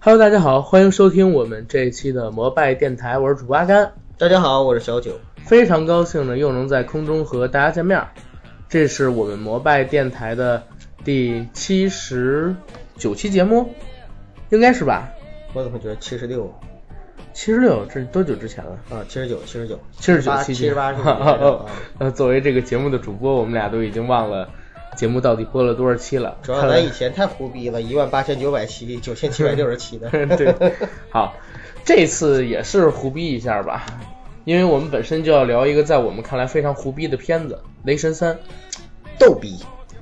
Hello，大家好，欢迎收听我们这一期的摩拜电台，我是主播阿甘，大家好，我是小九。非常高兴呢又能在空中和大家见面儿。这是我们摩拜电台的第七十九期节目，应该是吧？我怎么觉得七十六七十六，这是多久之前了？啊？七十九，七十九，七十九期七 十八，七十啊哦八，呃，作为这个节目的主播，我们俩都已经忘了节目到底播了多少期了。主要看来。咱以前太胡逼了，一万八千九百七，九千七百六十七 的对，好，这次也是胡逼一下吧，因为我们本身就要聊一个在我们看来非常胡逼的片子《雷神三》，逗逼。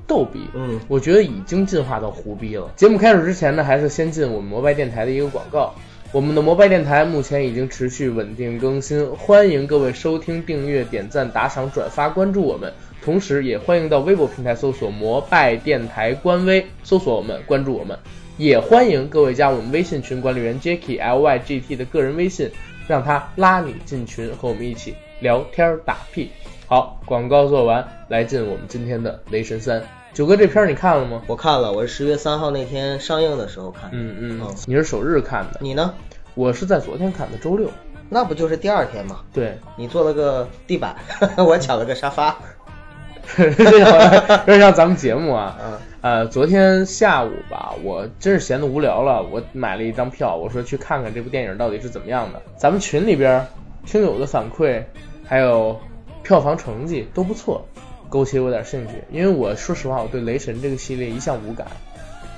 逗逼。嗯我觉得已经进化到胡逼了。节目开始之前呢，还是先进我们摩拜电台的一个广告。我们的摩拜电台目前已经持续稳定更新，欢迎各位收听、订阅、点赞、打赏、转发、关注我们。同时，也欢迎到微博平台搜索“摩拜电台”官微，搜索我们，关注我们。也欢迎各位加我们微信群管理员 Jacky L Y G T 的个人微信，让他拉你进群，和我们一起聊天儿打屁。好，广告做完，来进我们今天的《雷神三》。九哥，这片儿你看了吗？我看了，我是十月三号那天上映的时候看的。嗯嗯哦，你是首日看的，你呢？我是在昨天看的，周六。那不就是第二天吗？对，你坐了个地板， 我抢了个沙发。这好像有点像咱们节目啊。啊，呃，昨天下午吧，我真是闲得无聊了，我买了一张票，我说去看看这部电影到底是怎么样的。咱们群里边儿听友的反馈，还有票房成绩都不错，勾起我点兴趣。因为我说实话，我对雷神这个系列一向无感，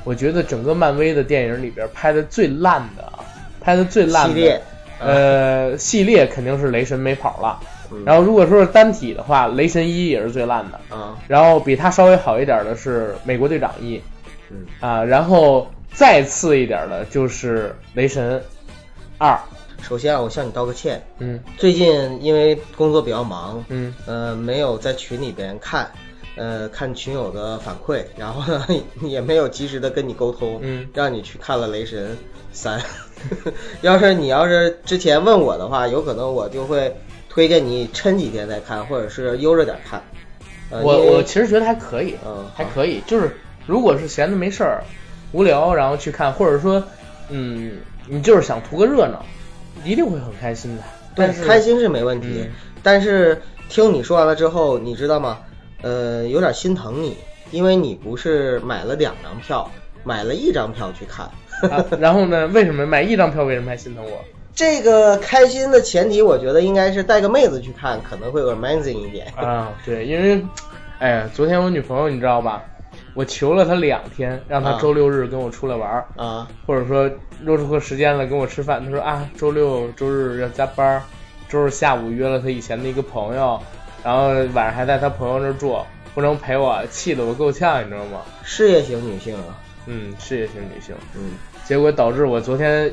我觉得整个漫威的电影里边儿拍的最烂的啊，拍的最烂 系的列。呃，系列肯定是雷神没跑了。嗯然后如果说是单体的话，雷神一也是最烂的。啊，然后比它稍微好一点的是美国队长一嗯，啊，然后再次一点的就是雷神二。首先啊，我向你道个歉。嗯最近因为工作比较忙，嗯，呃，没有在群里边看，呃，看群友的反馈，然后呢 也没有及时的跟你沟通，嗯让你去看了《雷神三》。 要是你要是之前问我的话，有可能我就会推荐你抻几天再看，或者是悠着点看。呃、我因为我其实觉得还可以，嗯还可以。就是如果是闲的没事儿、无聊，然后去看，或者说，嗯，你就是想图个热闹，一定会很开心的。对但是开心是没问题，嗯但是听你说完了之后，你知道吗？呃，有点心疼你，因为你不是买了两张票，买了一张票去看。啊然后呢，为什么买一张票为什么还心疼我？这个开心的前提，我觉得应该是带个妹子去看，可能会 amazing 一点。 啊，对，因为，哎呀，昨天我女朋友你知道吧，我求了她两天，让她啊周六日跟我出来玩儿，啊，或者说抽出个时间来跟我吃饭。她说啊，周六周日要加班儿，周日下午约了她以前的一个朋友，然后晚上还在她朋友那儿住，不能陪我，气得我够呛，你知道吗？事业型女性啊，嗯，事业型女性，嗯，结果导致我昨天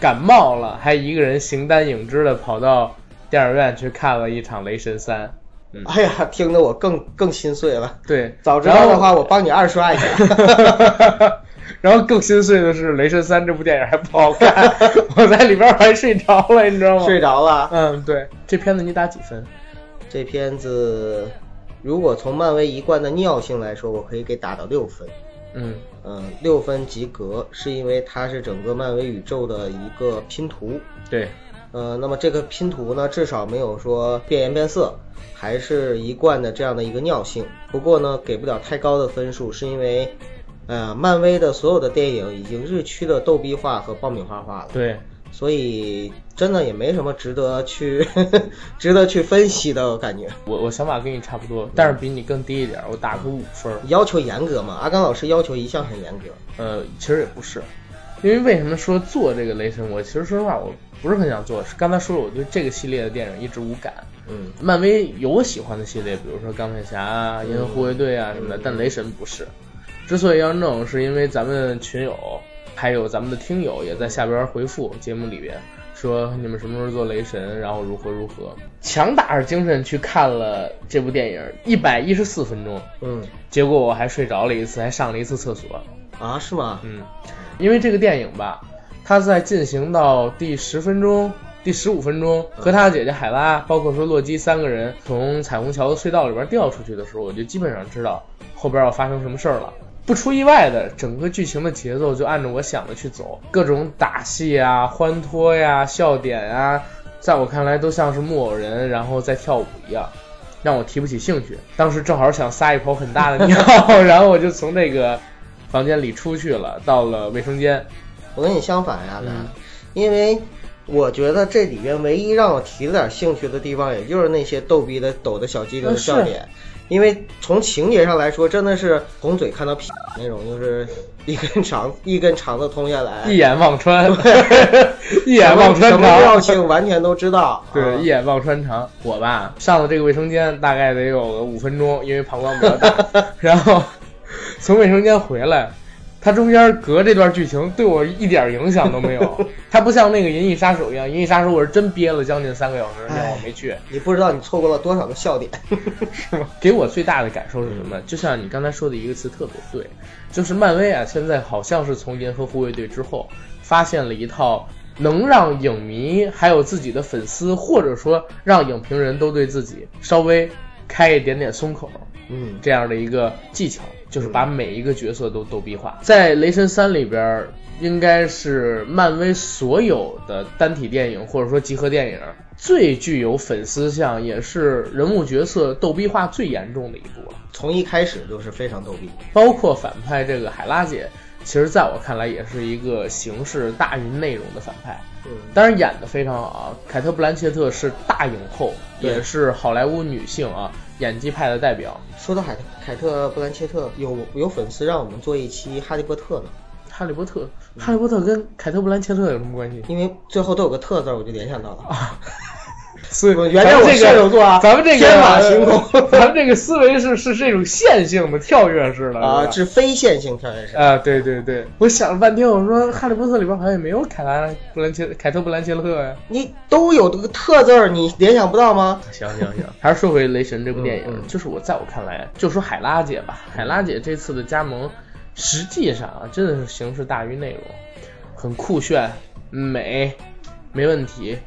感冒了，还一个人形单影只的跑到电影院去看了一场《雷神三》。嗯，哎呀，听得我更更心碎了。对，早知道然的后话，我帮你二刷一下。 然后更心碎的是，《雷神三》这部电影还不好看， 我在里边还睡着了，你知道吗？睡着了。嗯，对，这片子你打几分？这片子，如果从漫威一贯的尿性来说，我可以给打到六分。嗯嗯，六分及格，是因为它是整个漫威宇宙的一个拼图。对，呃，那么这个拼图呢，至少没有说变颜变色，还是一贯的这样的一个尿性。不过呢，给不了太高的分数，是因为，呃，漫威的所有的电影已经日趋的逗逼化和爆米花化了，对，所以真的也没什么值得去 值得去分析的，我感觉。我我想法跟你差不多，但是比你更低一点，我打个五分儿。要求严格嘛，阿甘老师要求一向很严格。呃，其实也不是，因为为什么说做这个雷神？我其实说实话，我不是很想做。是刚才说了，我对这个系列的电影一直无感。嗯，漫威有我喜欢的系列，比如说钢铁侠啊、银河护卫队啊什么的，但雷神不是。之所以要弄，是因为咱们群友还有咱们的听友也在下边回复节目里边说你们什么时候做雷神，然后如何如何，强打着精神去看了这部电影，一百一十四分钟，嗯，结果我还睡着了一次，还上了一次厕所。啊，是吗？嗯，因为这个电影吧，它在进行到第十分钟、第十五分钟，和他姐姐海拉，包括说洛基三个人从彩虹桥的隧道里边掉出去的时候，我就基本上知道后边要发生什么事儿了。不出意外的，整个剧情的节奏就按照我想的去走，各种打戏啊、欢脱呀、笑点啊，在我看来都像是木偶人然后在跳舞一样，让我提不起兴趣。当时正好想撒一泡很大的尿，然后我就从那个房间里出去了，到了卫生间。我跟你相反呀，嗯因为我觉得这里边唯一让我提了点兴趣的地方，也就是那些逗逼的抖的小机灵嗯的是笑点。因为从情节上来说，真的是红嘴看到屁那种，就是一根肠 一根肠子通下来，一眼望 穿，一眼望穿哎什么调肠。性完全都知道。对，啊一眼望穿肠。我吧上了这个卫生间大概得有个五分钟，因为膀胱比较 大。然后从卫生间回来，它中间隔这段剧情对我一点影响都没有。它不像那个《银翼杀手》一样，《银翼杀手》我是真憋了将近三个小时，但哎我没去。你不知道你错过了多少个笑点。给我最大的感受是什么？就像你刚才说的一个词特别对，就是漫威啊，现在好像是从《银河护卫队》之后，发现了一套能让影迷还有自己的粉丝，或者说让影评人都对自己稍微开一点点松口嗯，这样的一个技巧，就是把每一个角色都逗逼化。在《雷神三》里边儿，应该是漫威所有的单体电影或者说集合电影最具有粉丝向，也是人物角色逗逼化最严重的一部了。从一开始就是非常逗逼。包括反派这个海拉姐，其实在我看来也是一个形式大于内容的反派。嗯，当然演的非常好啊，凯特·布兰切特是大影后，对也是好莱坞女性啊演技派的代表。说到海凯特布兰切特，有有粉丝让我们做一期哈利波特呢，哈利波特，哈利波特跟凯特·布兰切特有什么关系？因为最后都有个特字儿，我就联想到了。所以我原谅我这个射手座啊咱们这个天 马行空咱们这个思维是是这种线性的跳跃式的啊，是吧是非线性跳跃式。啊，对对对，我想了半天，我说《哈利波特》里边好像也没有凯拉布兰切凯特布兰切特呀、你都有这个特字儿，你联想不到吗？行行行，还是说回《雷神》这部电影，嗯嗯就是我在我看来，就说海拉姐吧，海拉姐这次的加盟，实际上啊，真的是形式大于内容，很酷炫、美，没问题，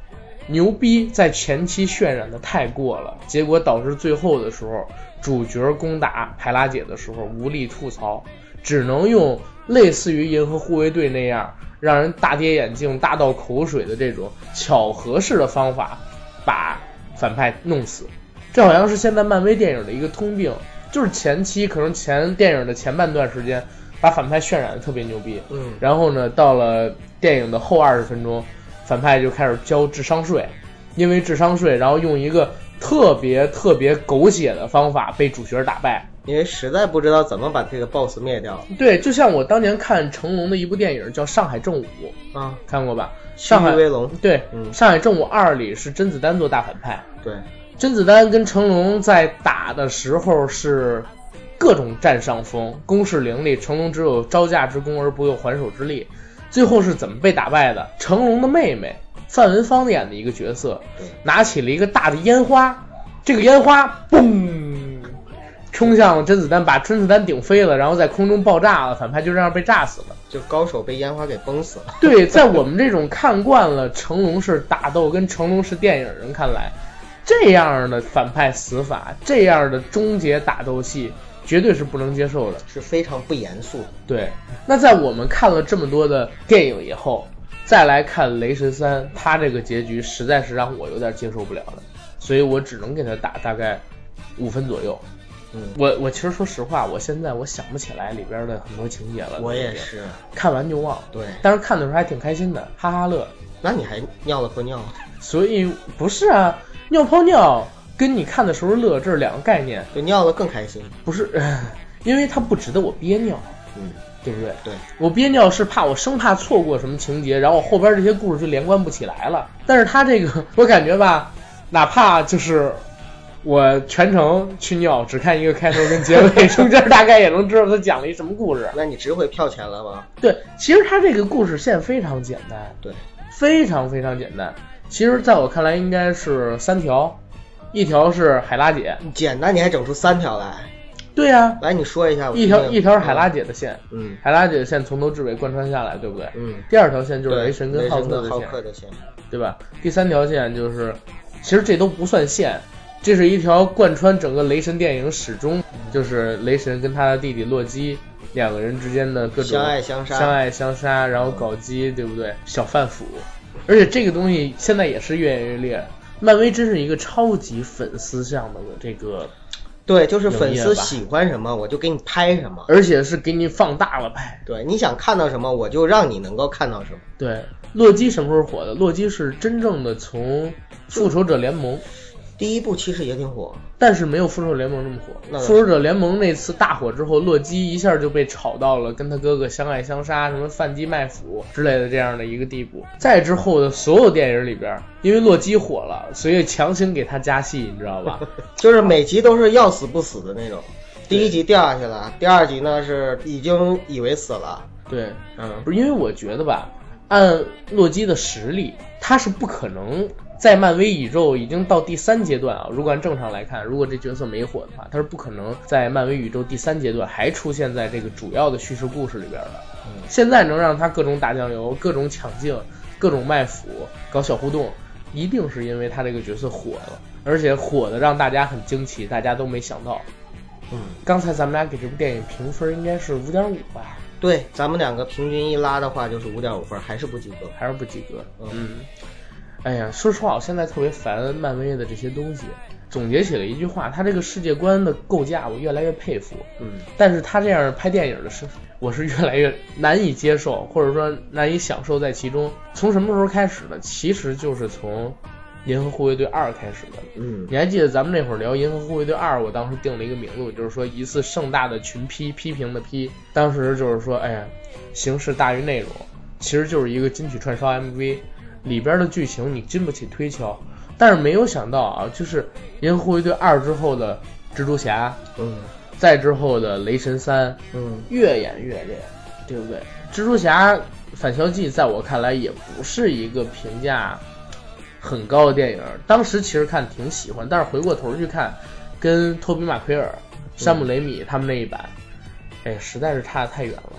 牛逼，在前期渲染的太过了，结果导致最后的时候，主角攻打海拉姐的时候无力吐槽，只能用类似于《银河护卫队》那样让人大跌眼镜、大倒口水的这种巧合式的方法，把反派弄死。这好像是现在漫威电影的一个通病，就是前期可能前电影的前半段时间，把反派渲染的特别牛逼， 嗯然后呢，到了电影的后二十分钟，反派就开始交智商税，因为智商税，然后用一个特别特别狗血的方法被主角打败。因为实在不知道怎么把这个 BOSS 灭掉了对，就像我当年看成龙的一部电影叫《上海正午》，啊。看过吧？蜥上海蜴威龙，对，嗯上海正午二》里是甄子丹做大反派，对，甄子丹跟成龙在打的时候是各种占上风，攻势凌厉，成龙只有招架之功而不用还手之力。最后是怎么被打败的？成龙的妹妹范文芳演的一个角色对，拿起了一个大的烟花，这个烟花嘣冲向了甄子丹，把甄子丹顶飞了，然后在空中爆炸了，反派就这样被炸死了。就高手被烟花给崩死了。 对，在我们这种看惯了成龙式打斗跟成龙式电影人看来，这样的反派死法，这样的终结打斗戏，绝对是不能接受的。是非常不严肃的，对，那在我们看了这么多的电影以后，再来看《雷神三》，它这个结局实在是让我有点接受不了的，所以我只能给它打大概五分左右。嗯我我其实说实话，我现在我想不起来里边的很多情节了。我也，是。看完就忘。对，但是看的时候还挺开心的，哈哈乐。那你还尿了泼尿了？所以不是啊，尿泡尿跟你看的时候乐这是两个概念，就尿了更开心。不是， 因为它不值得我憋尿，嗯，对不对？对，我憋尿是怕我生怕错过什么情节，然后我后边这些故事就连贯不起来了。但是它这个， 我感觉吧，哪怕就是。我全程去尿，只看一个开头跟结尾，中间大概也能知道他讲了一什么故事。那你值回票钱了吗？对，其实他这个故事线非常简单，对，非常非常简单。其实，在我看来，应该是三条，一条是海拉姐，简单你还整出三条来，对啊呀、来你说一下。我一听条听一条是海拉。姐的线，嗯海拉姐的线从头至尾贯穿下来，对不对？嗯，第二条线就是对雷神跟浩浩克的线，克的线。对吧？第三条线就是，其实这都不算线，这是一条贯穿整个雷神电影始终，就是雷神跟他的弟弟洛基两个人之间的各种相爱相杀相爱相杀，然后搞基，对不对？小贩腐，而且这个东西现在也是越演越烈。漫威真是一个超级粉丝向的这个，对，就是粉有丝意思吧喜欢什么，我就给你拍什么。而且是给你放大了拍。对，你想看到什么，我就让你能够看到什么。对，洛基什么时候火的？洛基是真正的从复仇者联盟，第一部其实也挺火，但是没有复仇者联盟那么火。那倒是复仇者联盟那次大火之后，洛基一下就被炒到了跟他哥哥相爱相杀、什么贩鸡卖腐之类的这样的一个地步。再之后的所有电影里边，因为洛基火了，所以强行给他加戏，你知道 吧？就是每集都是要死不死的那种。第一集掉下去了，第二集呢是已经以为死了，对，嗯，不是因为我觉得吧，按洛基的实力，他是不可能在漫威宇宙已经到第三阶段啊。如果按正常来看，如果这角色没火的话，他是不可能在漫威宇宙第三阶段还出现在这个主要的叙事故事里边的。现在能让他各种打酱油、各种抢镜、各种卖腐、搞小互动，一定是因为他这个角色火了，而且火的让大家很惊奇，大家都没想到。嗯，刚才咱们俩给这部电影评分应该是五点五吧？对，咱们两个平均一拉的话就是五点五分，还是不及格。还是不及格。嗯嗯，哎呀，说实话，我现在特别烦漫威的这些东西。总结起了一句话，他这个世界观的构架，我越来越佩服。嗯，但是他这样拍电影的是，我是越来越难以接受，或者说难以享受在其中。从什么时候开始呢？其实就是从《银河护卫队二》开始的。嗯，你还记得咱们那会儿聊《银河护卫队二》，我当时定了一个名字，我就是说一次盛大的群批批评的批，当时就是说，哎呀，形式大于内容，其实就是一个金曲串烧 MV，里边的剧情你经不起推敲。但是没有想到啊，就是《银河护卫队二》之后的蜘蛛侠，嗯，再之后的雷神三，嗯，越演越烈，对不对？蜘蛛侠反校记在我看来也不是一个评价很高的电影，当时其实看挺喜欢，但是回过头去看，跟托比马奎尔、山姆雷米他们那一版，哎，实在是差得太远了。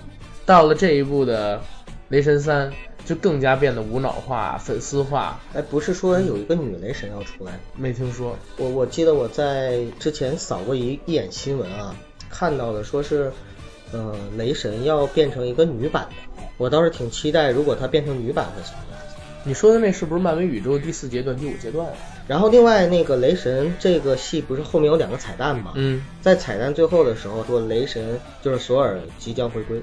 到了这一部的《雷神三》，就更加变得无脑化、粉丝化。哎，不是说有一个女雷神要出来？没听说，我我记得我在之前扫过一一眼新闻啊，看到的说是，呃，雷神要变成一个女版的，我倒是挺期待，如果她变成女版会什么样子。你说的那是不是漫威宇宙第四阶段、第五阶段啊？然后另外那个雷神这个戏不是后面有两个彩蛋吗？嗯在彩蛋最后的时候说雷神就是索尔即将回归，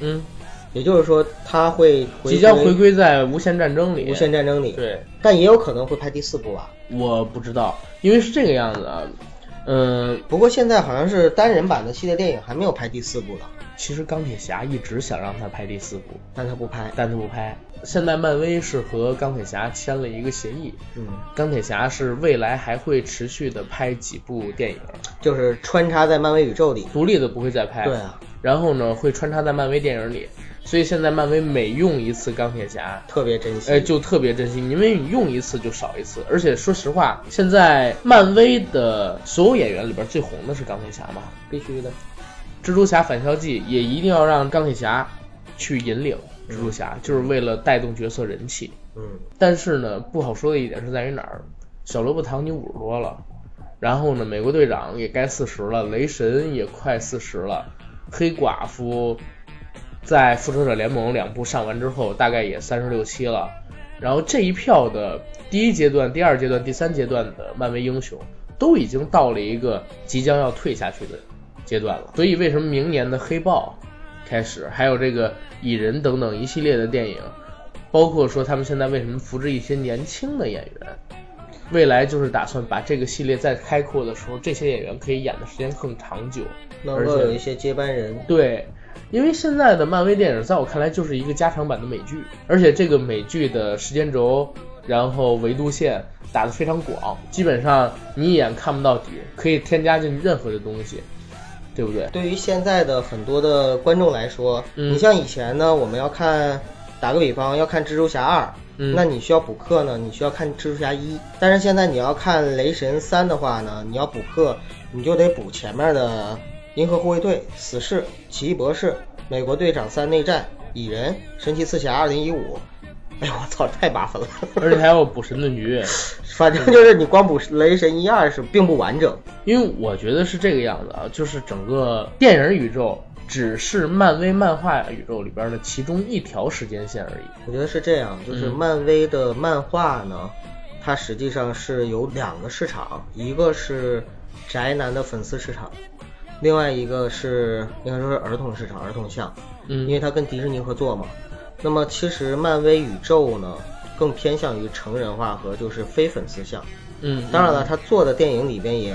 嗯，也就是说他会回即嗯将回归在无限战争里。无限战争里，对，但也有可能会拍第四部啊吧。我不知道，因为是这个样子啊。嗯，不过现在好像是单人版的系列电影还没有拍第四部呢，其实钢铁侠一直想让他拍第四部，但他不拍。但他不拍。现在漫威是和钢铁侠签了一个协议，嗯，钢铁侠是未来还会持续的拍几部电影，就是穿插在漫威宇宙里。独立的不会再拍。对啊，然后呢，会穿插在漫威电影里，所以现在漫威每用一次钢铁侠，特别珍惜。哎，就特别珍惜，因为你用一次就少一次。而且说实话，现在漫威的所有演员里边最红的是钢铁侠嘛，必须的。蜘蛛侠返校记也一定要让钢铁侠去引领蜘蛛侠，就是为了带动角色人气。嗯，但是呢，不好说的一点是在于哪儿，小萝卜唐尼五十多了，然后呢，美国队长也该四十了，雷神也快四十了，黑寡妇在复仇者联盟两部上完之后，大概也三十六七了。然后这一票的第一阶段、第二阶段、第三阶段的漫威英雄，都已经到了一个即将要退下去的阶段了。所以为什么明年的黑豹开始，还有这个蚁人等等一系列的电影，包括说他们现在为什么扶植一些年轻的演员，未来就是打算把这个系列再开阔的时候，这些演员可以演的时间更长久，能而够有且一些接班人。对，因为现在的漫威电影在我看来就是一个加长版的美剧，而且这个美剧的时间轴，然后维度线打得非常广，基本上你一眼看不到底，可以添加进任何的东西，对不对？对于现在的很多的观众来说，嗯你像以前呢，我们要看，打个比方，要看蜘蛛侠二，嗯那你需要补课呢，你需要看蜘蛛侠一。但是现在你要看雷神三的话呢，你要补课，你就得补前面的银河护卫队、死侍、奇异博士、美国队长三内战、蚁人、神奇四侠二零一五。哎呦我操，太麻烦了！而且还要补神盾局，反嗯正就是你光补雷神一二是并不完整。因为我觉得是这个样子啊，就是整个电影宇宙只是漫威漫画宇宙里边的其中一条时间线而已。我觉得是这样，就是嗯漫威的漫画呢，它实际上是有两个市场，一个是宅男的粉丝市场，另外一个是应该说是儿童市场，儿童向，因为嗯它跟迪士尼合作嘛。那么其实漫威宇宙呢，更偏向于成人化和就是非粉丝向。嗯，当然了，他做的电影里边也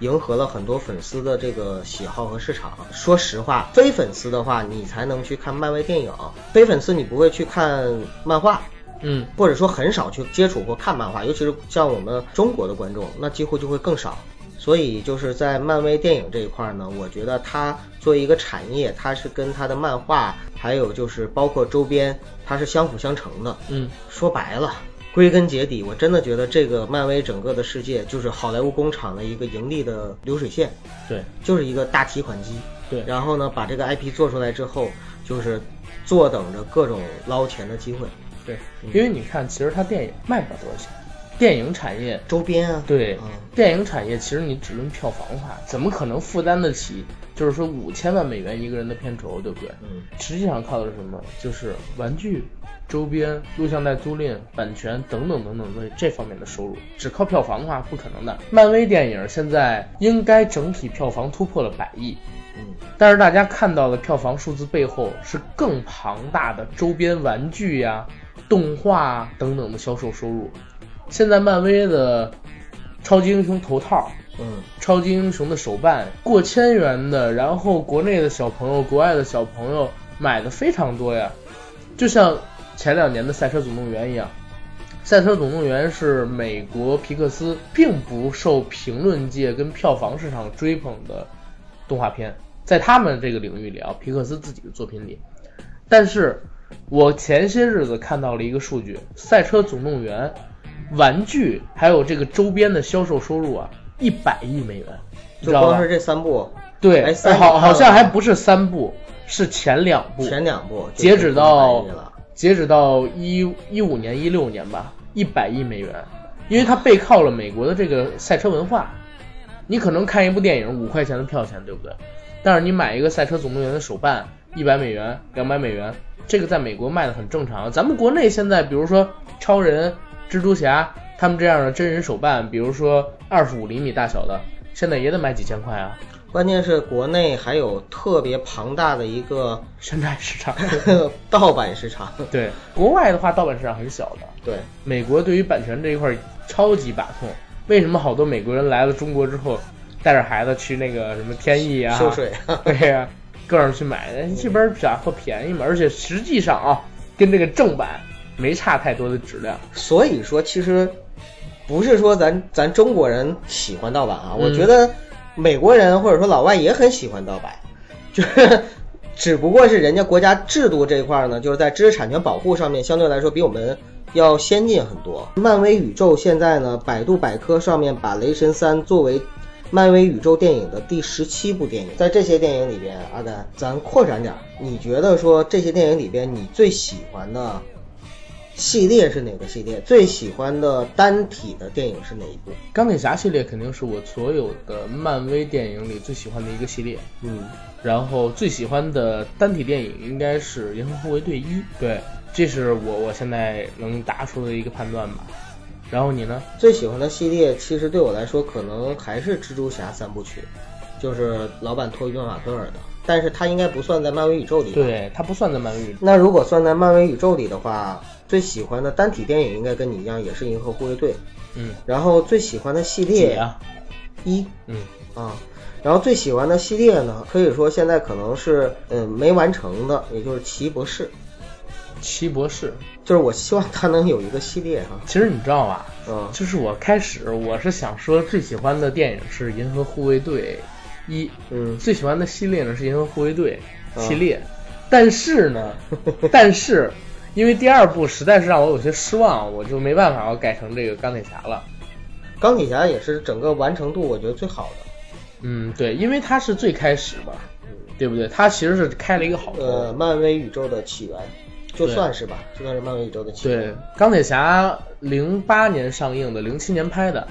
迎合了很多粉丝的这个喜好和市场。说实话，非粉丝的话，你才能去看漫威电影；非粉丝，你不会去看漫画，嗯，或者说很少去接触或看漫画，尤其是像我们中国的观众，那几乎就会更少。所以就是在漫威电影这一块儿呢，我觉得它作为一个产业，它是跟它的漫画，还有就是包括周边，它是相辅相成的。嗯嗯，说白了，归根结底，我真的觉得这个漫威整个的世界就是好莱坞工厂的一个盈利的流水线，对就是一个大提款机。对，然后呢，把这个 IP 做出来之后，就是坐等着各种捞钱的机会，对，嗯因为你看，其实它电影卖不了多少钱，电影产业周边啊，对嗯，电影产业其实你只论票房的话，怎么可能负担得起？就是说五千万美元一个人的片酬，对不对？嗯，实际上靠的是什么？就是玩具、周边、录像带租赁、版权等等等等的这方面的收入，只靠票房的话不可能的。漫威电影现在应该整体票房突破了百亿，嗯，但是大家看到的票房数字背后是更庞大的周边玩具呀、动画啊等等的销售收入。现在漫威的超级英雄头套、嗯，超级英雄的手办过千元的，然后国内的小朋友、国外的小朋友买的非常多呀，就像前两年的《赛车总动员》一样，《赛车总动员》是美国皮克斯并不受评论界跟票房市场追捧的动画片，在他们这个领域里啊，皮克斯自己的作品里。但是，我前些日子看到了一个数据，《赛车总动员》玩具还有这个周边的销售收入啊，一百亿美元，你就知道光吧是？这三部，对，哎三好，你看好了像吗还不是三部，是前两部，前两部就截止到100亿了截止到一一五年、一六年吧，一百亿美元，因为它背靠了美国的这个赛车文化。你可能看一部电影五块钱的票钱，对不对？但是你买一个《赛车总动员》的手办，一百美元、两百美元，这个在美国卖的很正常。咱们国内现在，比如说超人、蜘蛛侠他们这样的真人手办，比如说二十五厘米大小的，现在也得卖几千块啊，关键是国内还有特别庞大的一个 山寨市场。 盗版市场，对，国外的话盗版市场很小的，对，美国对于版权这一块儿超级把控。为什么好多美国人来了中国之后，带着孩子去那个什么天意啊、收水， 对呀、各种去买，哎这边假货便宜嘛，而且实际上啊，跟这个正版没差太多的质量。所以说，其实不是说咱咱中国人喜欢盗版啊，嗯我觉得美国人或者说老外也很喜欢盗版，就是只不过是人家国家制度这一块呢，就是在知识产权保护上面相对来说比我们要先进很多。漫威宇宙现在呢，百度百科上面把《雷神三》作为漫威宇宙电影的第十七部电影，在这些电影里边，阿丹，咱扩展点儿，你觉得说这些电影里边你最喜欢的系列是哪个系列？最喜欢的单体的电影是哪一部？钢铁侠系列肯定是我所有的漫威电影里最喜欢的一个系列，嗯，然后最喜欢的单体电影应该是《银河护卫队一》，对，这是我我现在能答出的一个判断吧。然后你呢？最喜欢的系列其实对我来说，可能还是蜘蛛侠三部曲，就是老版托比·曼马奎尔的，但是它应该不算在漫威宇宙里。。对，它不算在漫威宇宙。那如果算在漫威宇宙里的话，最喜欢的单体电影应该跟你一样，也是《银河护卫队》。嗯，然后最喜欢的系列啊，一嗯啊，然后最喜欢的系列呢，可以说现在可能是嗯没完成的，也就是《奇异博士》，奇博士，就是我希望它能有一个系列哈、其实你知道吧？嗯，就是我开始我是想说最喜欢的电影是《银河护卫队一》，嗯最喜欢的系列呢是《银河护卫队》啊系列，但是呢，但是因为第二部实在是让我有些失望，我就没办法，我改成这个钢铁侠了。钢铁侠也是整个完成度我觉得最好的。嗯，对，因为它是最开始吧，对不对？它其实是开了一个好头。呃，漫威宇宙的起源，就哦对算是吧，就算是漫威宇宙的起源。对，钢铁侠零八年上映的，零七年拍的，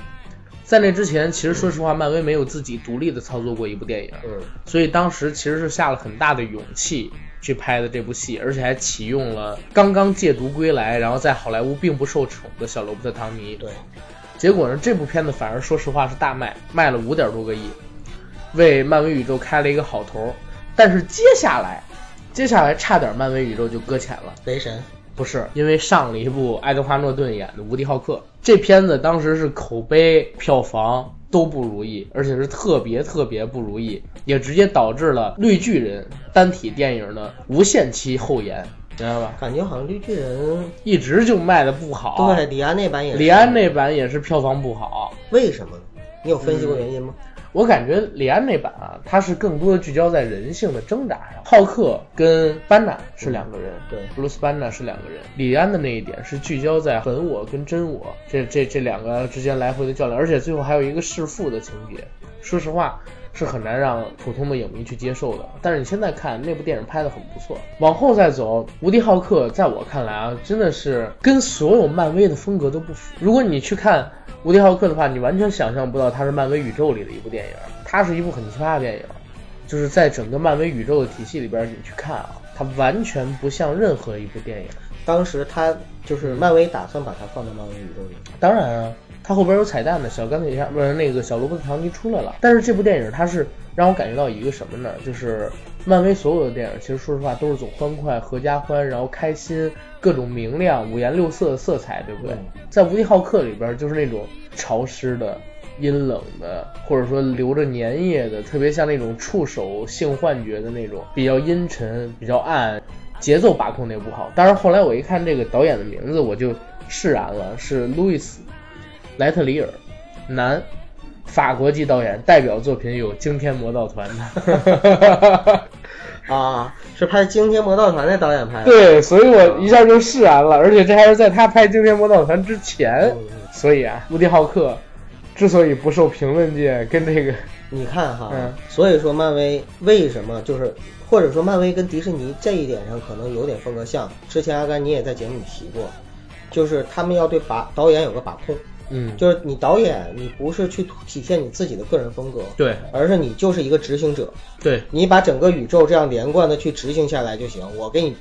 在那之前，其实说实话，漫威没有自己独立的操作过一部电影，嗯，所以当时其实是下了很大的勇气去拍的这部戏，而且还启用了刚刚戒毒归来，然后在好莱坞并不受宠的小罗伯特·唐尼。对，结果呢，这部片子反而说实话是大卖，卖了五点多个亿，为漫威宇宙开了一个好头。但是接下来，接下来差点漫威宇宙就搁浅了。雷神，不是，因为上了一部爱德华诺顿演的《无敌浩克》，这片子当时是口碑、票房都不如意，而且是特别特别不如意，也直接导致了绿巨人单体电影的无限期后延，明白吧？感觉好像绿巨人，一直就卖的不好。对，，李安那版也是，李哦安那版也是票房不好。为什么呢？你有分析过原因吗？我感觉李安那版啊，它是更多的聚焦在人性的挣扎上。浩克跟班纳是两个人，对布鲁斯班纳是两个人。李安的那一点是聚焦在本我跟真我这这这两个之间来回的较量，而且最后还有一个弑父的情节。说实话。是很难让普通的影迷去接受的，但是你现在看那部电影拍的很不错。往后再走，《无敌浩克》在我看来啊，真的是跟所有漫威的风格都不符。如果你去看《无敌浩克》的话，你完全想象不到它是漫威宇宙里的一部电影，它是一部很奇葩的电影。就是在整个漫威宇宙的体系里边，你去看啊，它完全不像任何一部电影。当时他就是漫威打算把它放到漫威宇宙里，当然啊，它后边有彩蛋的，小钢铁侠不是那个小罗伯特·唐尼出来了。但是这部电影它是让我感觉到一个什么呢？就是漫威所有的电影，其实说实话都是走欢快、合家欢，然后开心，各种明亮、五颜六色的色彩，对不对？在《无敌浩克》里边就是那种潮湿的。阴冷的，或者说流着粘液的，特别像那种触手性幻觉的那种，比较阴沉、比较暗，节奏把控的也不好。当然，后来我一看这个导演的名字，我就释然了，是路易斯·莱特里尔，男，法国籍导演，代表作品有《惊天魔盗团》的。啊，是拍《惊天魔盗团》那导演拍的，对，所以我一下就释然了，而且这还是在他拍《惊天魔盗团》之前嗯。嗯所以啊，《无敌浩克》之所以不受评论界跟这个你看哈，嗯所以说漫威为什么就是，或者说漫威跟迪士尼这一点上可能有点风格像。之前阿甘你也在节目里提过，就是他们要对把导演有个把控，嗯，就是你导演你不是去体现你自己的个人风格，对而是你就是一个执行者，对你把整个宇宙这样连贯的去执行下来就行。我给你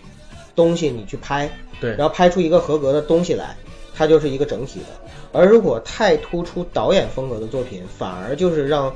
东西，你去拍，对然后拍出一个合格的东西来，它就是一个整体的。而如果太突出导演风格的作品，反而就是让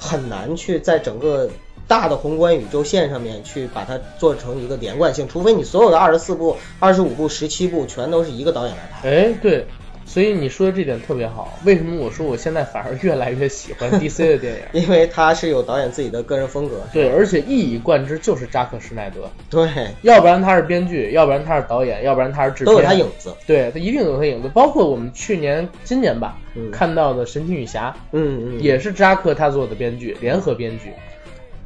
很难去在整个大的宏观宇宙线上面去把它做成一个连贯性，除非你所有的二十四部、二十五部、十七部全都是一个导演来拍。哎，对，所以你说的这点特别好。为什么我说我现在反而越来越喜欢 DC 的 电影？因为他是有导演自己的个人风格，对，而且一以贯之就是扎克施耐德，对，要不然他是编剧，要不然他是导演，要不然他是制片，都有他影子。对他一定有他影子。包括我们去年、今年吧、嗯看到的《神奇女侠》，嗯嗯，嗯也是扎克他做的编剧，联合编剧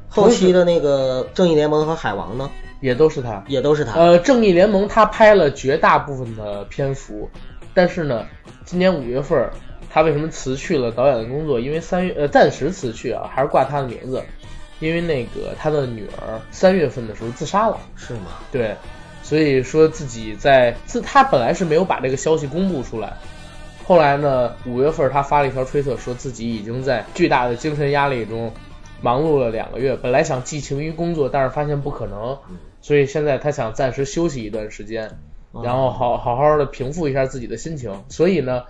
后期的那个正义联盟和海王呢，也都是他。也都是他。呃，正义联盟他拍了绝大部分的篇幅，但是呢，今年五月份儿他为什么辞去了导演的工作？因为三月呃暂时辞去啊，还是挂他的名字，因为那个他的女儿三月份的时候自杀了。是吗？对，所以说自己在自他本来是没有把这个消息公布出来，后来呢，五月份他发了一条推特，说自己已经在巨大的精神压力中忙碌了两个月，本来想寄情于工作，但是发现不可能，所以现在他想暂时休息一段时间，哦啊然后好好好的平复一下自己的心情。所以呢，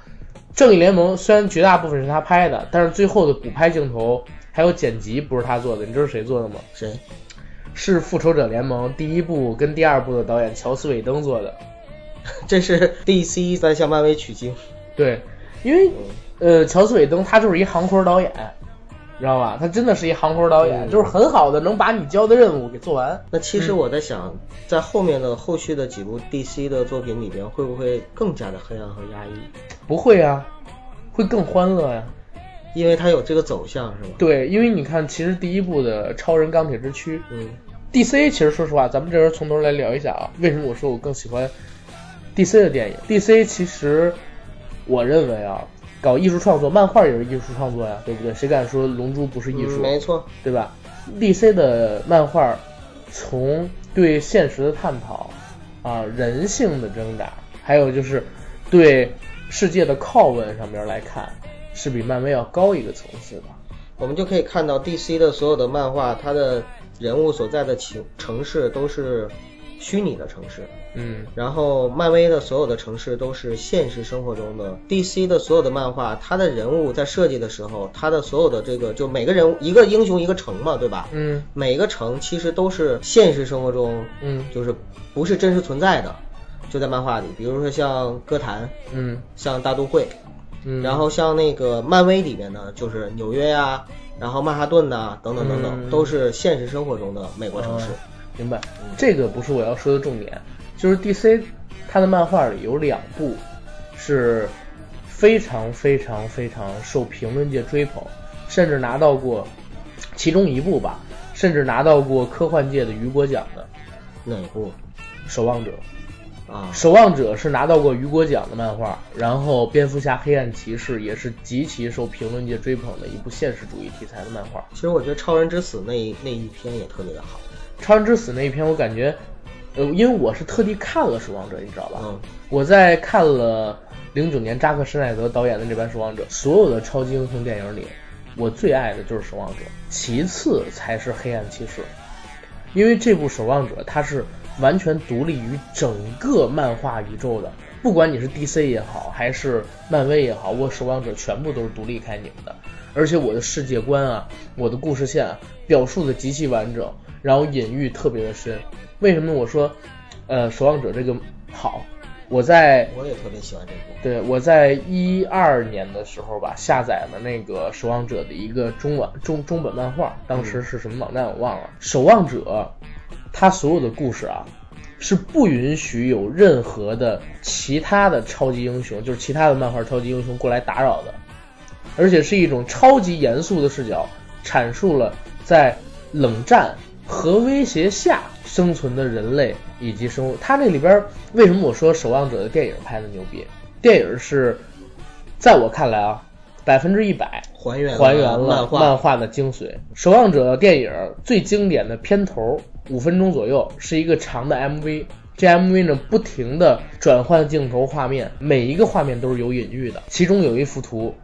正义联盟虽然绝大部分是他拍的，但是最后的补拍镜头还有剪辑不是他做的，你知道是谁做的吗？谁？ 是《复仇者联盟》第一部跟第二部的导演乔斯·韦登做的。这是 DC 在向漫威取经。对，因为呃，乔斯·韦登他就是一行活导演，知道吧？他真的是一行活导演，嗯就是很好的能把你交的任务给做完。那其实我在想，在后面的后续的几部 DC 的作品里边，会不会更加的黑暗和压抑？不会啊，会更欢乐呀、因为它有这个走向，是吧？对，因为你看，其实第一部的《超人钢铁之躯》嗯 DC 其实说实话，咱们这人从头来聊一下啊，为什么我说我更喜欢 DC 的电影？DC 其实我认为啊，搞艺术创作，漫画也是艺术创作呀，对不对？谁敢说《龙珠》不是艺术，嗯没错。对吧？DC 的漫画从对现实的探讨啊、人性的挣扎，还有就是对世界的拷问上面来看，是比漫威要高一个层次的。我们就可以看到 DC 的所有的漫画，它的人物所在的情城市都是虚拟的城市，嗯，然后漫威的所有的城市都是现实生活中的。DC 的所有的漫画，它的人物在设计的时候，它的所有的这个就每个人物一个英雄一个城嘛，对吧？嗯每个城其实都是现实生活中嗯就是不是真实存在的，就在漫画里，比如说像歌坛，嗯像大都会，嗯，然后像那个漫威里面呢，就是纽约呀、然后曼哈顿呐、等等等等，嗯都是现实生活中的美国城市。明白，这个不是我要说的重点，就是 DC 它的漫画里有两部是非常非常非常受评论界追捧，甚至拿到过其中一部吧，甚至拿到过科幻界的雨果奖的哪部《守望者》。啊？《守望者》嗯是拿到过雨果奖的漫画，然后《蝙蝠侠：黑暗骑士》也是极其受评论界追捧的一部现实主义题材的漫画。其实我觉得《超人之死》那一那一篇也特别的好。 《超人之死》那一篇，我感觉，呃，因为我是特地看了《守望者》，你知道吧？嗯我在看了零九年扎克施耐德导演的这版《守望者》，所有的超级英雄电影里，我最爱的就是《守望者》，其次才是《黑暗骑士》，因为这部《守望者》它是完全独立于整个漫画宇宙的，不管你是 DC 也好，还是漫威也好，我《守望者》全部都是独立开拧的，而且我的世界观啊，我的故事线啊，表述的极其完整，然后隐喻特别的深。为什么我说，呃，《守望者》这个好？我在我也特别喜欢这部。对，我在一二年的时候吧，下载了那个《守望者》的一个中文中中本漫画，当时是什么网站我忘了。守望者》它所有的故事啊，是不允许有任何的其他的超级英雄，就是其他的漫画超级英雄过来打扰的，而且是一种超级严肃的视角，阐述了在冷战核威胁下生存的人类以及生活。它那里边儿为什么我说《守望者》的电影拍的牛逼？电影是在我看来啊，百分之一百还原还原了漫画，漫画的精髓。《守望者》电影最经典的片头五分钟左右是一个长的 MV，这 MV 呢不停的转换镜头画面，每一个画面都是有隐喻的。其中有一幅图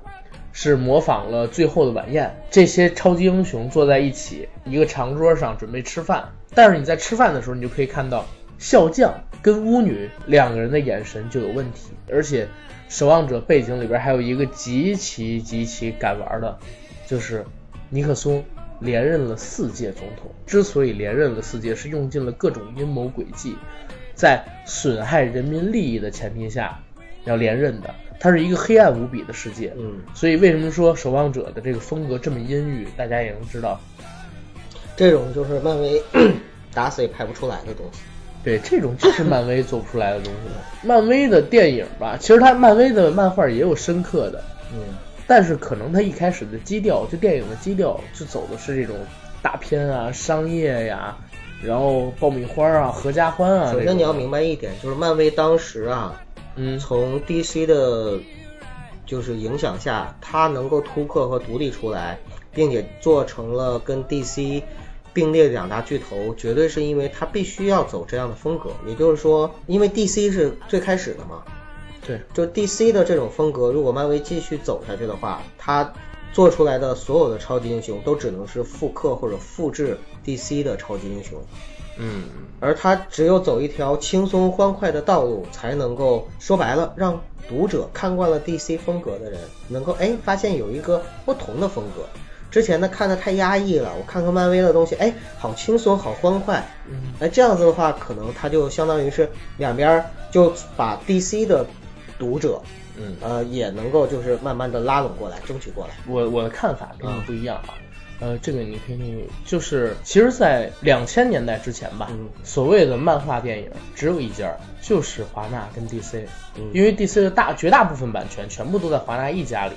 是模仿了《最后的晚宴》，这些超级英雄坐在一起一个长桌上准备吃饭，但是你在吃饭的时候，你就可以看到笑匠跟巫女两个人的眼神就有问题，而且《守望者》背景里边还有一个极其极其敢玩的，就是尼克松连任了四届总统，之所以连任了四届，是用尽了各种阴谋诡计，在损害人民利益的前提下要连任的。它是一个黑暗无比的世界，嗯，所以为什么说《守望者》的这个风格这么阴郁，大家也能知道。这种就是漫威 打死也拍不出来的东西。对，这种就是漫威做不出来的东西。 漫威的电影吧，其实它漫威的漫画也有深刻的，嗯，但是可能它一开始的基调，就电影的基调，就走的是这种大片啊、商业呀、然后爆米花啊、合家欢啊。这首先种你要明白一点，就是漫威当时啊，嗯，从 DC 的，就是影响下，它能够突破和独立出来，并且做成了跟 DC 并列两大巨头，绝对是因为它必须要走这样的风格。也就是说，因为 DC 是最开始的嘛，对，就 DC 的这种风格，如果漫威继续走下去的话，它做出来的所有的超级英雄都只能是复刻或者复制 DC 的超级英雄。嗯，而他只有走一条轻松欢快的道路，才能够说白了，让读者看惯了 DC 风格的人，能够哎发现有一个不同的风格。之前呢看的太压抑了，我看看漫威的东西，哎，好轻松，好欢快。嗯，哎，这样子的话，可能他就相当于是两边儿就把 DC 的读者，嗯，呃，也能够就是慢慢的拉拢过来，争取过来。我我的看法跟嗯你不一样啊。呃，这个你可以，就是其实，在两千年代之前吧，嗯所谓的漫画电影只有一家儿，就是华纳跟 DC，、嗯因为 DC 的大绝大部分版权全部都在华纳一家里。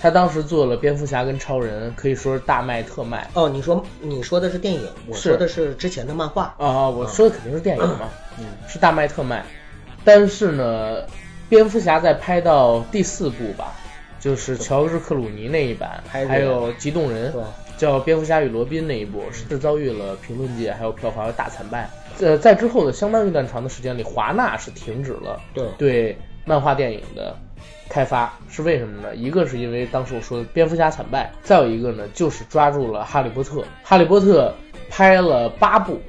他当时做了蝙蝠侠跟超人，可以说是大卖特卖。哦，你说你说的是电影，我是说的是之前的漫画。啊、我说的肯定是电影嘛，嗯是大卖特卖。但是呢，蝙蝠侠在拍到第四部吧，就是乔治克鲁尼那一版，还有还有激动人对，叫蝙蝠侠与罗宾那一部，是遭遇了评论界还有票房的大惨败。呃，在之后的相当一段长的时间里，华纳是停止了对对漫画电影的开发，是为什么呢？一个是因为当时我说的蝙蝠侠惨败，再有一个呢就是抓住了哈利波特。哈利波特拍了八部，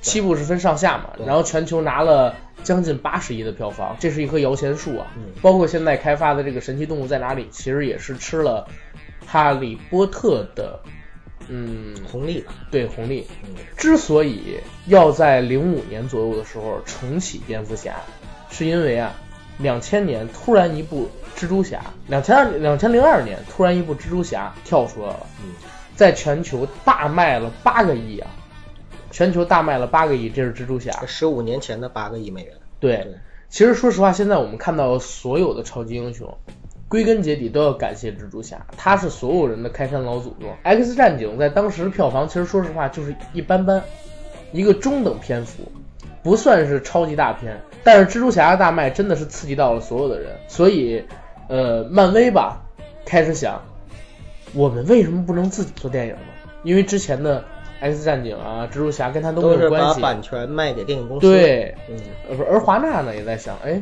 七部是分上下嘛，对然后全球拿了将近八十亿的票房，这是一棵摇钱树啊。嗯包括现在开发的这个《神奇动物在哪里》，其实也是吃了哈利波特的，嗯，红利吧，对红利。嗯，之所以要在零五年左右的时候重启蝙蝠侠，是因为啊，两千年突然一部蜘蛛侠，两千二两千零二年突然一部蜘蛛侠跳出来了，嗯，在全球大卖了八个亿啊，全球大卖了八个亿，这是蜘蛛侠。十五年前的八个亿美元，对，其实说实话，现在我们看到所有的超级英雄，归根结底都要感谢蜘蛛侠，他是所有人的开山老祖宗。X 战警在当时票房其实说实话就是一般般，一个中等篇幅，不算是超级大片。但是蜘蛛侠的大卖真的是刺激到了所有的人，所以，呃，漫威吧，开始想，我们为什么不能自己做电影呢？因为之前的 X 战警啊、蜘蛛侠跟他都没都有是关把系。版权卖给电影公司，，对，嗯，呃，不是，而华纳呢也在想，哎，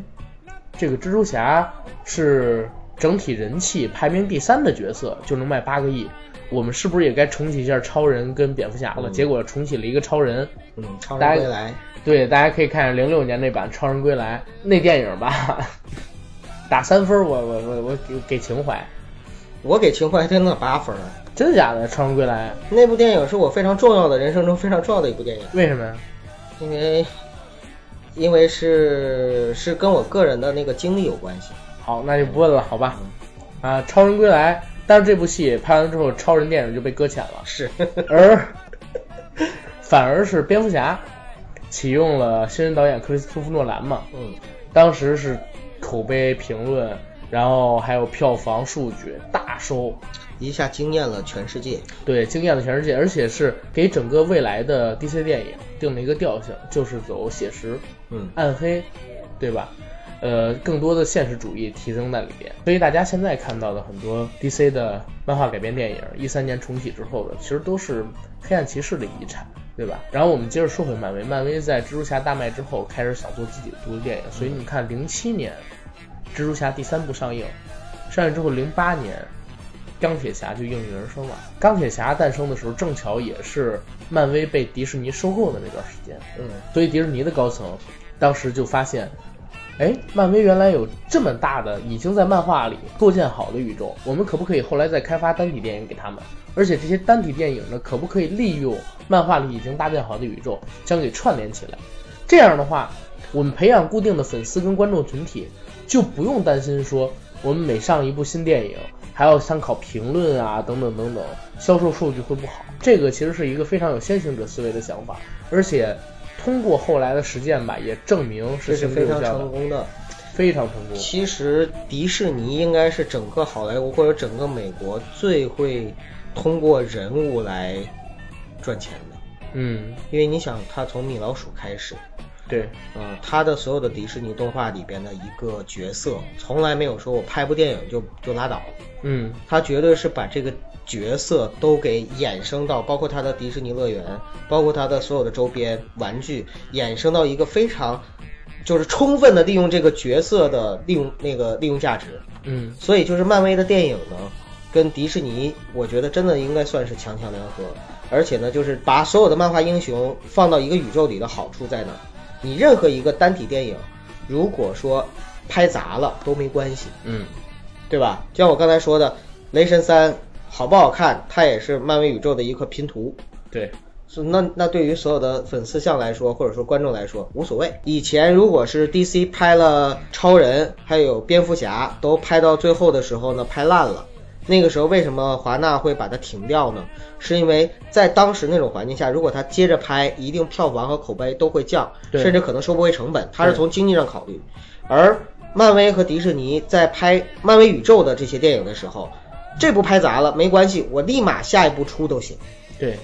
这个蜘蛛侠是整体人气排名第三的角色，就能卖八个亿，我们是不是也该重启一下超人跟蝙蝠侠了？嗯结果重启了一个超人，嗯，超大人家归来，对，大家可以看零六年那版《超人归来》那电影吧， 打三分儿我我我我给给情怀，我给情怀真的八分儿。啊真的假的？《超人归来那部电影是我非常重要的人生中非常重要的一部电影，》为什么呀？因为因为是是跟我个人的那个经历有关系。好，那就不问了，好吧？啊，《超人归来》，但是这部戏拍完之后，超人电影就被搁浅了。是，而反而是蝙蝠侠启用了新人导演克里斯托弗诺兰嘛，嗯，当时是口碑评论，然后还有票房数据大收，一下惊艳了全世界。对，惊艳了全世界，而且是给整个未来的 DC 电影定了一个调性，就是走写实、嗯，暗黑，对吧？呃，更多的现实主义提升在里边，所以大家现在看到的很多 DC 的漫画改编电影，一三年重启之后的，其实都是黑暗骑士的遗产，对吧？然后我们接着说回漫威，漫威在蜘蛛侠大卖之后，开始想做自己的独立电影，所以你看，零七年蜘蛛侠第三部上映，上映之后，零八年钢铁侠就应运而生了。钢铁侠诞生的时候，正巧也是漫威被迪士尼收购的那段时间，嗯，所以迪士尼的高层当时就发现，哎，漫威原来有这么大的已经在漫画里构建好的宇宙，我们可不可以后来再开发单体电影给他们？而且这些单体电影呢，可不可以利用漫画里已经搭建好的宇宙，将给串联起来？这样的话，我们培养固定的粉丝跟观众群体，就不用担心说我们每上一部新电影还要参考评论啊等等等等，销售数据会不好。这个其实是一个非常有先行者思维的想法，而且通过后来的实践吧，也证明这是是行之非有效常的，成功的。非常成功。其实迪士尼应该是整个好莱坞或者整个美国最会通过人物来赚钱的，嗯，因为你想，他从米老鼠开始，对，嗯，他的所有的迪士尼动画里边的一个角色，从来没有说我拍部电影就就拉倒，嗯他绝对是把这个角色都给衍生到，包括他的迪士尼乐园，包括他的所有的周边玩具，衍生到一个非常，就是充分的利用这个角色的利用那个利用价值。嗯，所以就是漫威的电影呢，跟迪士尼，我觉得真的应该算是强强联合。而且呢，就是把所有的漫画英雄放到一个宇宙里的好处在哪儿？你任何一个单体电影，如果说拍砸了都没关系，嗯，对吧？就像我刚才说的，《雷神三》好不好看，它也是漫威宇宙的一块拼图。对，是那那对于所有的粉丝向来说，或者说观众来说无所谓。以前如果是 DC 拍了超人，还有蝙蝠侠，都拍到最后的时候呢，拍烂了。那个时候为什么华纳会把它停掉呢？是因为在当时那种环境下，如果他接着拍，一定票房和口碑都会降，对甚至可能收不回成本。它是对从经济上考虑，而漫威和迪士尼在拍漫威宇宙的这些电影的时候，这部拍砸了没关系，我立马下一部出都行。对。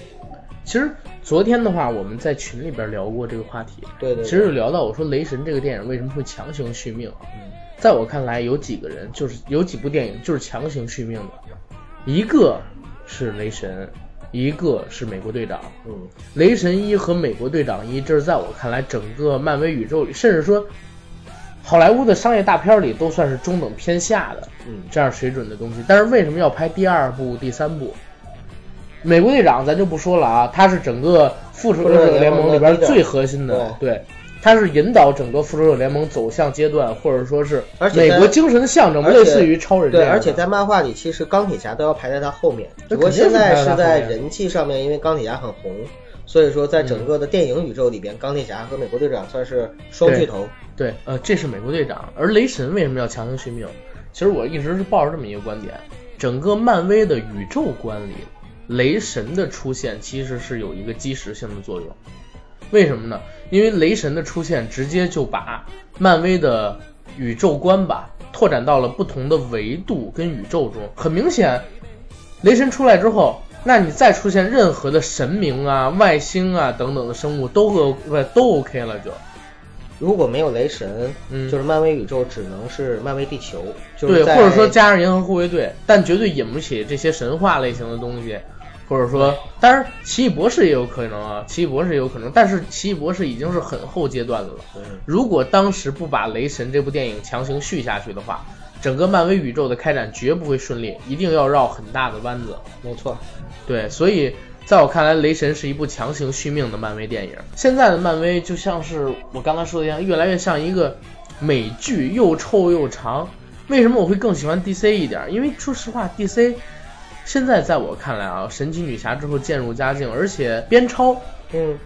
其实昨天的话，我们在群里边聊过这个话题，对对对其实有聊到我说《雷神》这个电影为什么会强行续命啊？嗯在我看来，有几个人就是有几部电影就是强行续命的，一个是雷神，一个是美国队长。嗯，雷神一和美国队长一，这是在我看来整个漫威宇宙里，甚至说好莱坞的商业大片里都算是中等偏下的嗯这样水准的东西，但是为什么要拍第二部、第三部？美国队长咱就不说了啊，他是整个复仇者联盟里边最核心的，对，他是引导整个复仇者联盟走向阶段，或者说是而且美在国精神的象征，而且类似于超人这对，样的而且在漫画里，其实钢铁侠都要排在他后面，那只不过肯定是现在是排在他后在面人气上面，因为钢铁侠很红，所以说在整个的电影宇宙里边，钢铁侠和美国队长算是双巨头。对，呃，这是美国队长，而雷神为什么要强行续命？其实我一直是抱着这么一个观点，整个漫威的宇宙观里，雷神的出现其实是有一个基石性的作用。为什么呢？因为雷神的出现直接就把漫威的宇宙观吧拓展到了不同的维度跟宇宙中。很明显，雷神出来之后，那你再出现任何的神明啊、外星啊等等的生物都和不都 OK 了就。如果没有雷神，嗯就是漫威宇宙只能是漫威地球，就是对，在或者说加上银河护卫队，但绝对引不起这些神话类型的东西，或者说，当然奇异博士也有可能啊，奇异博士也有可能，但是奇异博士已经是很后阶段的了。嗯如果当时不把《雷神》这部电影强行续下去的话，整个漫威宇宙的开展绝不会顺利，一定要绕很大的弯子。没错，对，所以在我看来，《雷神》是一部强行续命的漫威电影。现在的漫威就像是我刚才说的一样，越来越像一个美剧，又臭又长。为什么我会更喜欢 DC 一点？因为说实话，DC 现在在我看来啊，神奇女侠之后渐入佳境，而且边超嗯，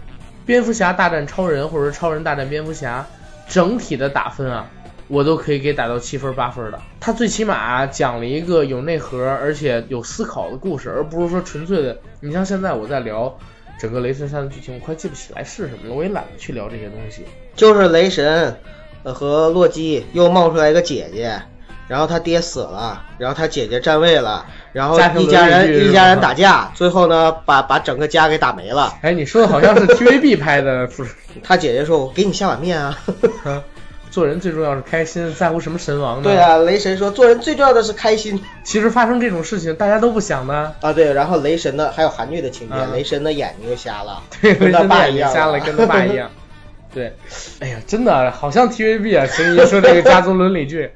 蝙蝠侠大战超人，或者是超人大战蝙蝠侠，整体的打分啊，我都可以给打到七分八分的。他最起码讲了一个有内核，而且有思考的故事，而不是说纯粹的。你像现在我在聊整个雷神三的剧情，我快记不起来是什么了，我也懒得去聊这些东西。就是雷神呃和洛基又冒出来一个姐姐。然后他爹死了，然后他姐姐占位了，然后家庭一家伦理人剧一家是人吧打架，最后呢把把整个家给打没了。哎，你说的好像是 TVB 拍的，不是？他姐姐说：“我给你下碗面啊。做人最重要是开心，在乎什么神王”呢？ 对，啊，雷神说：“做人最重要的是开心其实发生这种事情，大家都不想的。啊。”对，然后雷神的还有韩剧的情节，嗯雷神的眼睛又瞎了，对，跟他现爸在一也样，瞎了，跟他爸一。样。 对，哎呀，真的好像 TVB 啊！行，一说这个家族伦理剧，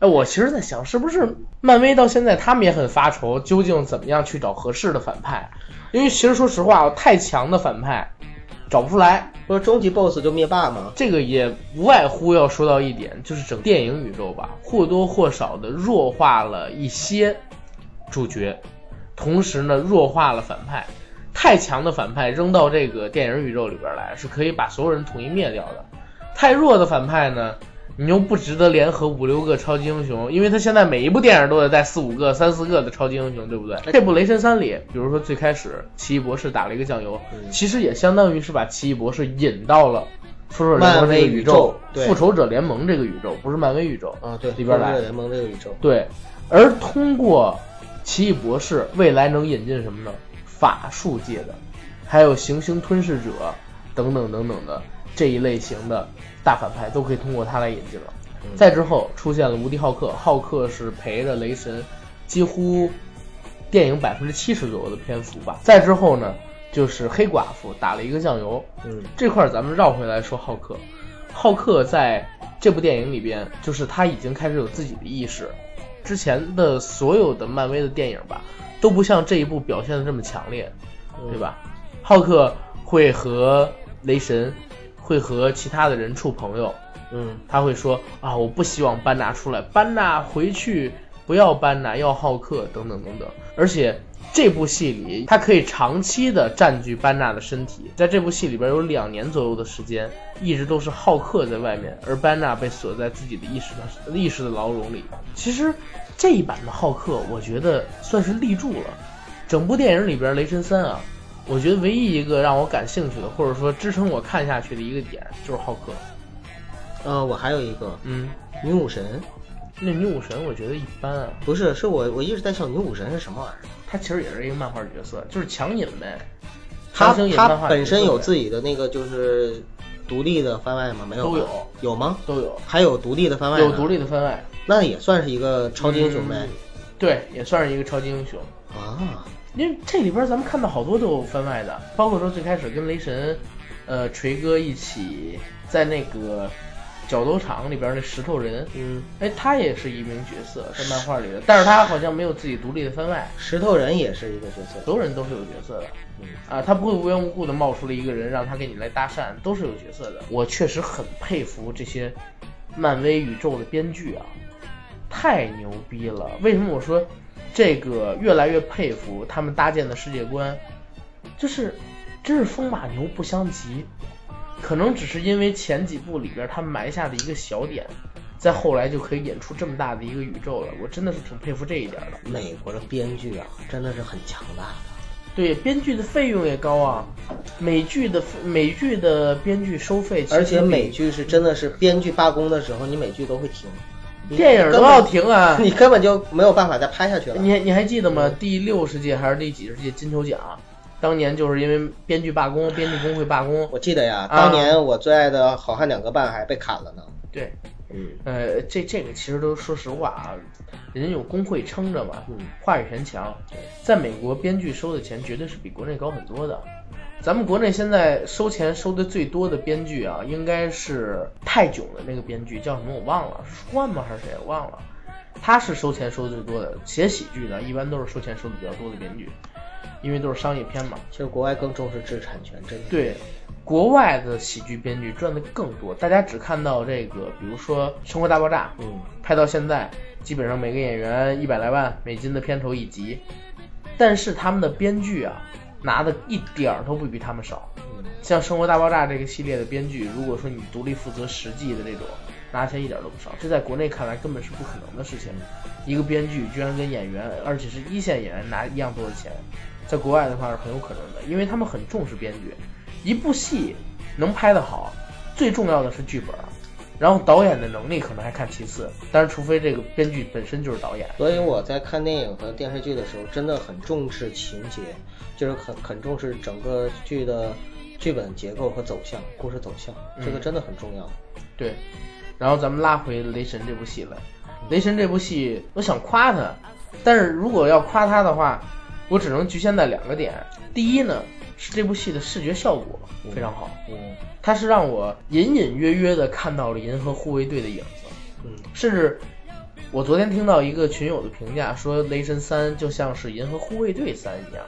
哎，我其实在想，是不是漫威到现在他们也很发愁，究竟怎么样去找合适的反派？因为其实说实话，太强的反派找不出来。不是终极 BOSS 就灭霸吗？这个也无外乎要说到一点，就是整电影宇宙吧，或多或少的弱化了一些主角，同时呢弱化了反派。太强的反派扔到这个电影宇宙里边来，是可以把所有人统一灭掉的。太弱的反派呢，你又不值得联合五六个超级英雄，因为他现在每一部电影都得带四五个、三四个的超级英雄，对不对？这部《雷神三》里，比如说最开始奇异博士打了一个酱油，嗯其实也相当于是把奇异博士引到了复仇者联盟这个宇宙漫威宇宙，对复仇者联盟这个宇宙，不是漫威宇宙啊，对，里边复仇来者。联盟这个宇宙，对，而通过奇异博士，未来能引进什么呢？法术界的，还有行星吞噬者等等等等的这一类型的大反派，都可以通过他来引进了。嗯再之后出现了无敌浩克，浩克是陪着雷神，几乎电影百分之七十左右的篇幅吧。再之后呢，就是黑寡妇打了一个酱油，嗯这块儿咱们绕回来说浩克，浩克在这部电影里边，就是他已经开始有自己的意识。之前的所有的漫威的电影吧，都不像这一部表现的这么强烈，嗯对吧？浩克会和雷神，会和其他的人处朋友，嗯，他会说啊，我不希望班纳出来，班纳回去不要班纳，要浩克等等等等。而且这部戏里，他可以长期的占据班纳的身体，在这部戏里边有两年左右的时间，一直都是浩克在外面，而班纳被锁在自己的意识的意识的牢笼里。其实这一版的浩克，我觉得算是立住了。整部电影里边，雷神三啊，我觉得唯一一个让我感兴趣的，或者说支撑我看下去的一个点，就是浩克。呃，我还有一个嗯，女武神，那女武神我觉得一般啊，不是，是我我一直在想女武神是什么玩意儿。她其实也是一个漫画角色，就是强引呗。她强行引漫她画本身有角色自己的那个就是独立的番外吗？没有吧，都有有吗？都有，还有独立的番外呢？有独立的番外，那也算是一个超级英雄呗。对，也算是一个超级英雄。啊，因为这里边咱们看到好多都有番外的，包括说最开始跟雷神，呃，锤哥一起在那个角斗场里边那石头人，嗯，哎，他也是一名角色，在漫画里的，但是他好像没有自己独立的番外，石头人也是一个角色。所有人都是有角色的。嗯啊，他不会无缘无故的冒出了一个人让他跟你来搭讪，都是有角色的。我确实很佩服这些漫威宇宙的编剧啊，太牛逼了！为什么我说这个越来越佩服他们搭建的世界观，就是真是风马牛不相及。可能只是因为前几部里边他埋下的一个小点，在后来就可以演出这么大的一个宇宙了。我真的是挺佩服这一点的。美国的编剧啊，真的是很强大的。对，编剧的费用也高啊，美剧的美剧的编剧收费，而且美剧是真的是编剧罢工的时候，你美剧都会停，你电影都要停啊 根本你根本就没有办法再拍下去了。你你还记得吗？第六十届还是第几十届金球奖，当年就是因为编剧罢工，编剧工会罢工，我记得呀，啊当年我最爱的《好汉两个半》还被砍了呢。对，嗯，呃，这这个其实都说实话啊，人家有工会撑着嘛，嗯话语权强。在美国，编剧收的钱绝对是比国内高很多的。咱们国内现在收钱收的最多的编剧啊，应该是泰囧的那个编剧叫什么我忘了，是舒万吗还是谁我忘了？他是收钱收的最多的。写喜剧的，一般都是收钱收的比较多的编剧，因为都是商业片嘛。其实国外更重视知识产权，真的。对，国外的喜剧编剧赚的更多，大家只看到这个，比如说《生活大爆炸》，嗯，拍到现在，基本上每个演员一百来万美金的片酬一集，但是他们的编剧啊，拿的一点儿都不比他们少。嗯，像《生活大爆炸》这个系列的编剧，如果说你独立负责实际的这种，拿钱一点儿都不少，这在国内看来根本是不可能的事情。一个编剧居然跟演员，而且是一线演员拿一样多的钱，在国外的话是很有可能的，因为他们很重视编剧。一部戏能拍得好，最重要的是剧本儿，然后导演的能力可能还看其次，但是除非这个编剧本身就是导演。所以我在看电影和电视剧的时候，真的很重视情节，就是很很重视整个剧的剧本结构和走向、故事走向，这个嗯真的很重要。对，然后咱们拉回《雷神》这部戏来，《雷神》这部戏，我想夸他，但是如果要夸他的话，我只能局限在两个点。第一呢，是这部戏的视觉效果非常好，嗯它是让我隐隐约约的看到了银河护卫队的影子，嗯甚至我昨天听到一个群友的评价说，《雷神三》就像是《银河护卫队三》一样，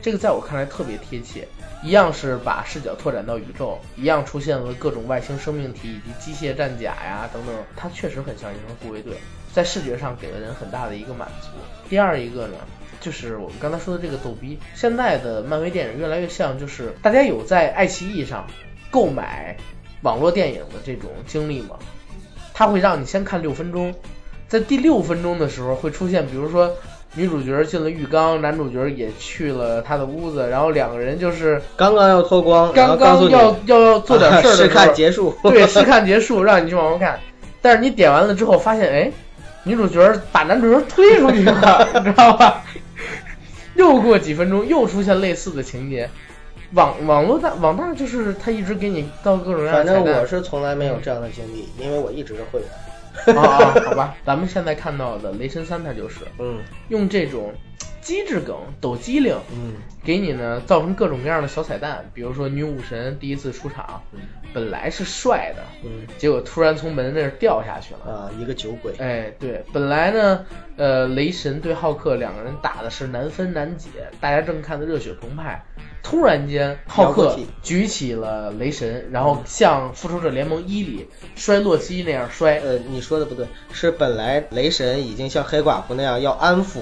这个在我看来特别贴切。一样是把视角拓展到宇宙，一样出现了各种外星生命体以及机械战甲呀等等，它确实很像《银河护卫队》，在视觉上给了人很大的一个满足。第二一个呢，就是我们刚才说的这个逗逼，现在的漫威电影越来越像，就是大家有在爱奇艺上购买网络电影的这种经历吗？它会让你先看六分钟，在第六分钟的时候会出现，比如说女主角进了浴缸，男主角也去了他的屋子，然后两个人就是刚刚要脱光，然后刚告刚诉你要要要做点事儿的时 试候，看结束。对，试 看结束，让你去往后看。但是你点完了之后，发现哎，女主角把男主角推出去了， 你知道吧？又过几分钟，又出现类似的情节。网网络大网大就是他一直给你到各种各样的反正 彩蛋我是从来没有这样的经历，因为我一直是会员。啊啊，好吧，咱们现在看到的《雷神三》，它就是嗯用这种机智梗、抖机灵，嗯给你呢造成各种各样的小彩蛋。比如说女武神第一次出场，本来是帅的，嗯结果突然从门那儿掉下去了。啊，一个酒鬼。哎，对，本来呢，呃，雷神对浩克两个人打的是难分难解，大家正看得热血澎湃，突然间浩摇克过去举起了雷神，然后像《复仇者联盟一》里摔洛基那样摔，呃，你说的不对，是本来雷神已经像黑寡妇那样要安抚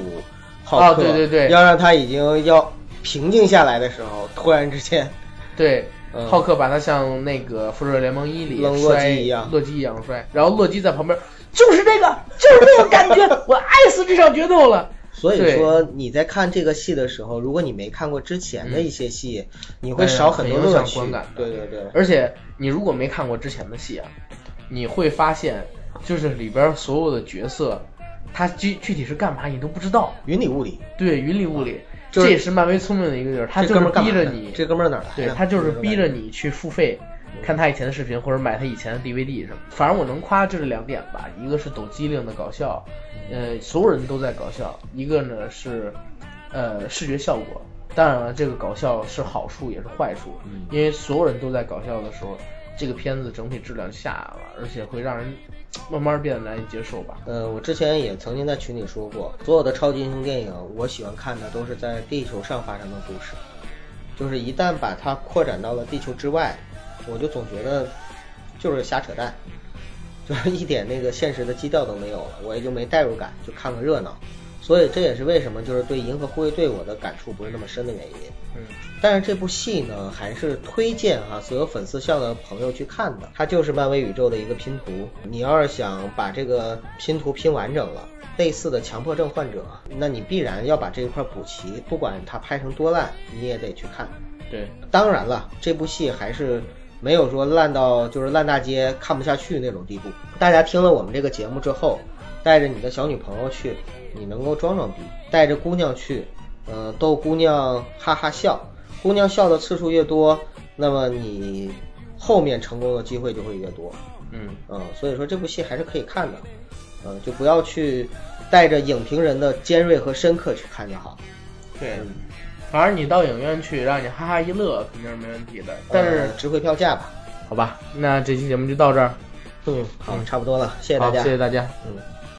浩哦克，对对对要让他已经要平静下来的时候，突然之间，对，嗯浩克把他像那个《复仇者联盟一》里扔洛摔基一样洛基一样摔，然后洛基在旁边，就是这个， 就是这个感觉，我爱死这场决斗了。所以对说你在看这个戏的时候，如果你没看过之前的一些戏，你会哎少很很多影响乐趣。观感的对对对，而且你如果没看过之前的戏啊，你会发现，就是里边所有的角色，他具具体是干嘛你都不知道，云里雾里，对，云里雾里。就是这也是漫威聪明的一个地儿，他这就哥是们儿干嘛逼着的你，这哥们儿哪儿来的？对他就是逼着你。你去付费，看他以前的视频或者买他以前的 DVD 什么。反正我能夸这是两点吧，一个是抖机灵的搞笑，呃，所有人都在搞笑；一个呢是，呃，视觉效嗯果。当然了，这个搞笑是好处也是坏处，因为所有人都在搞笑的时候，这个片子整体质量下来了，而且会让人慢慢变得难以接受吧。呃，我之前也曾经在群里说过，所有的超级英雄电影，我喜欢看的都是在地球上发生的故事，就是一旦把它扩展到了地球之外，我就总觉得就是瞎扯淡，就是一点那个现实的基调都没有了，我也就没代入感，就看个热闹。所以这也是为什么就是对《银河护卫队》我的感触不是那么深的原因。嗯，但是这部戏呢，还是推荐啊所有粉丝向的朋友去看的。它就是漫威宇宙的一个拼图。你要是想把这个拼图拼完整了，类似的强迫症患者，那你必然要把这一块补齐，不管它拍成多烂，你也得去看。对，当然了，这部戏还是没有说烂到就是烂大街看不下去那种地步。大家听了我们这个节目之后，带着你的小女朋友去，你能够装装逼；带着姑娘去，呃，逗姑娘哈哈笑。姑娘笑的次数越多，那么你后面成功的机会就会越多。嗯，嗯，所以说这部戏还是可以看的，嗯、就不要去带着影评人的尖锐和深刻去看就好。对。反正你到影院去，让你哈哈一乐，肯定是没问题的。但是，呃值回票价吧。好吧，那这期节目就到这儿，嗯，好，差不多了，谢谢大好家。谢谢大家。嗯。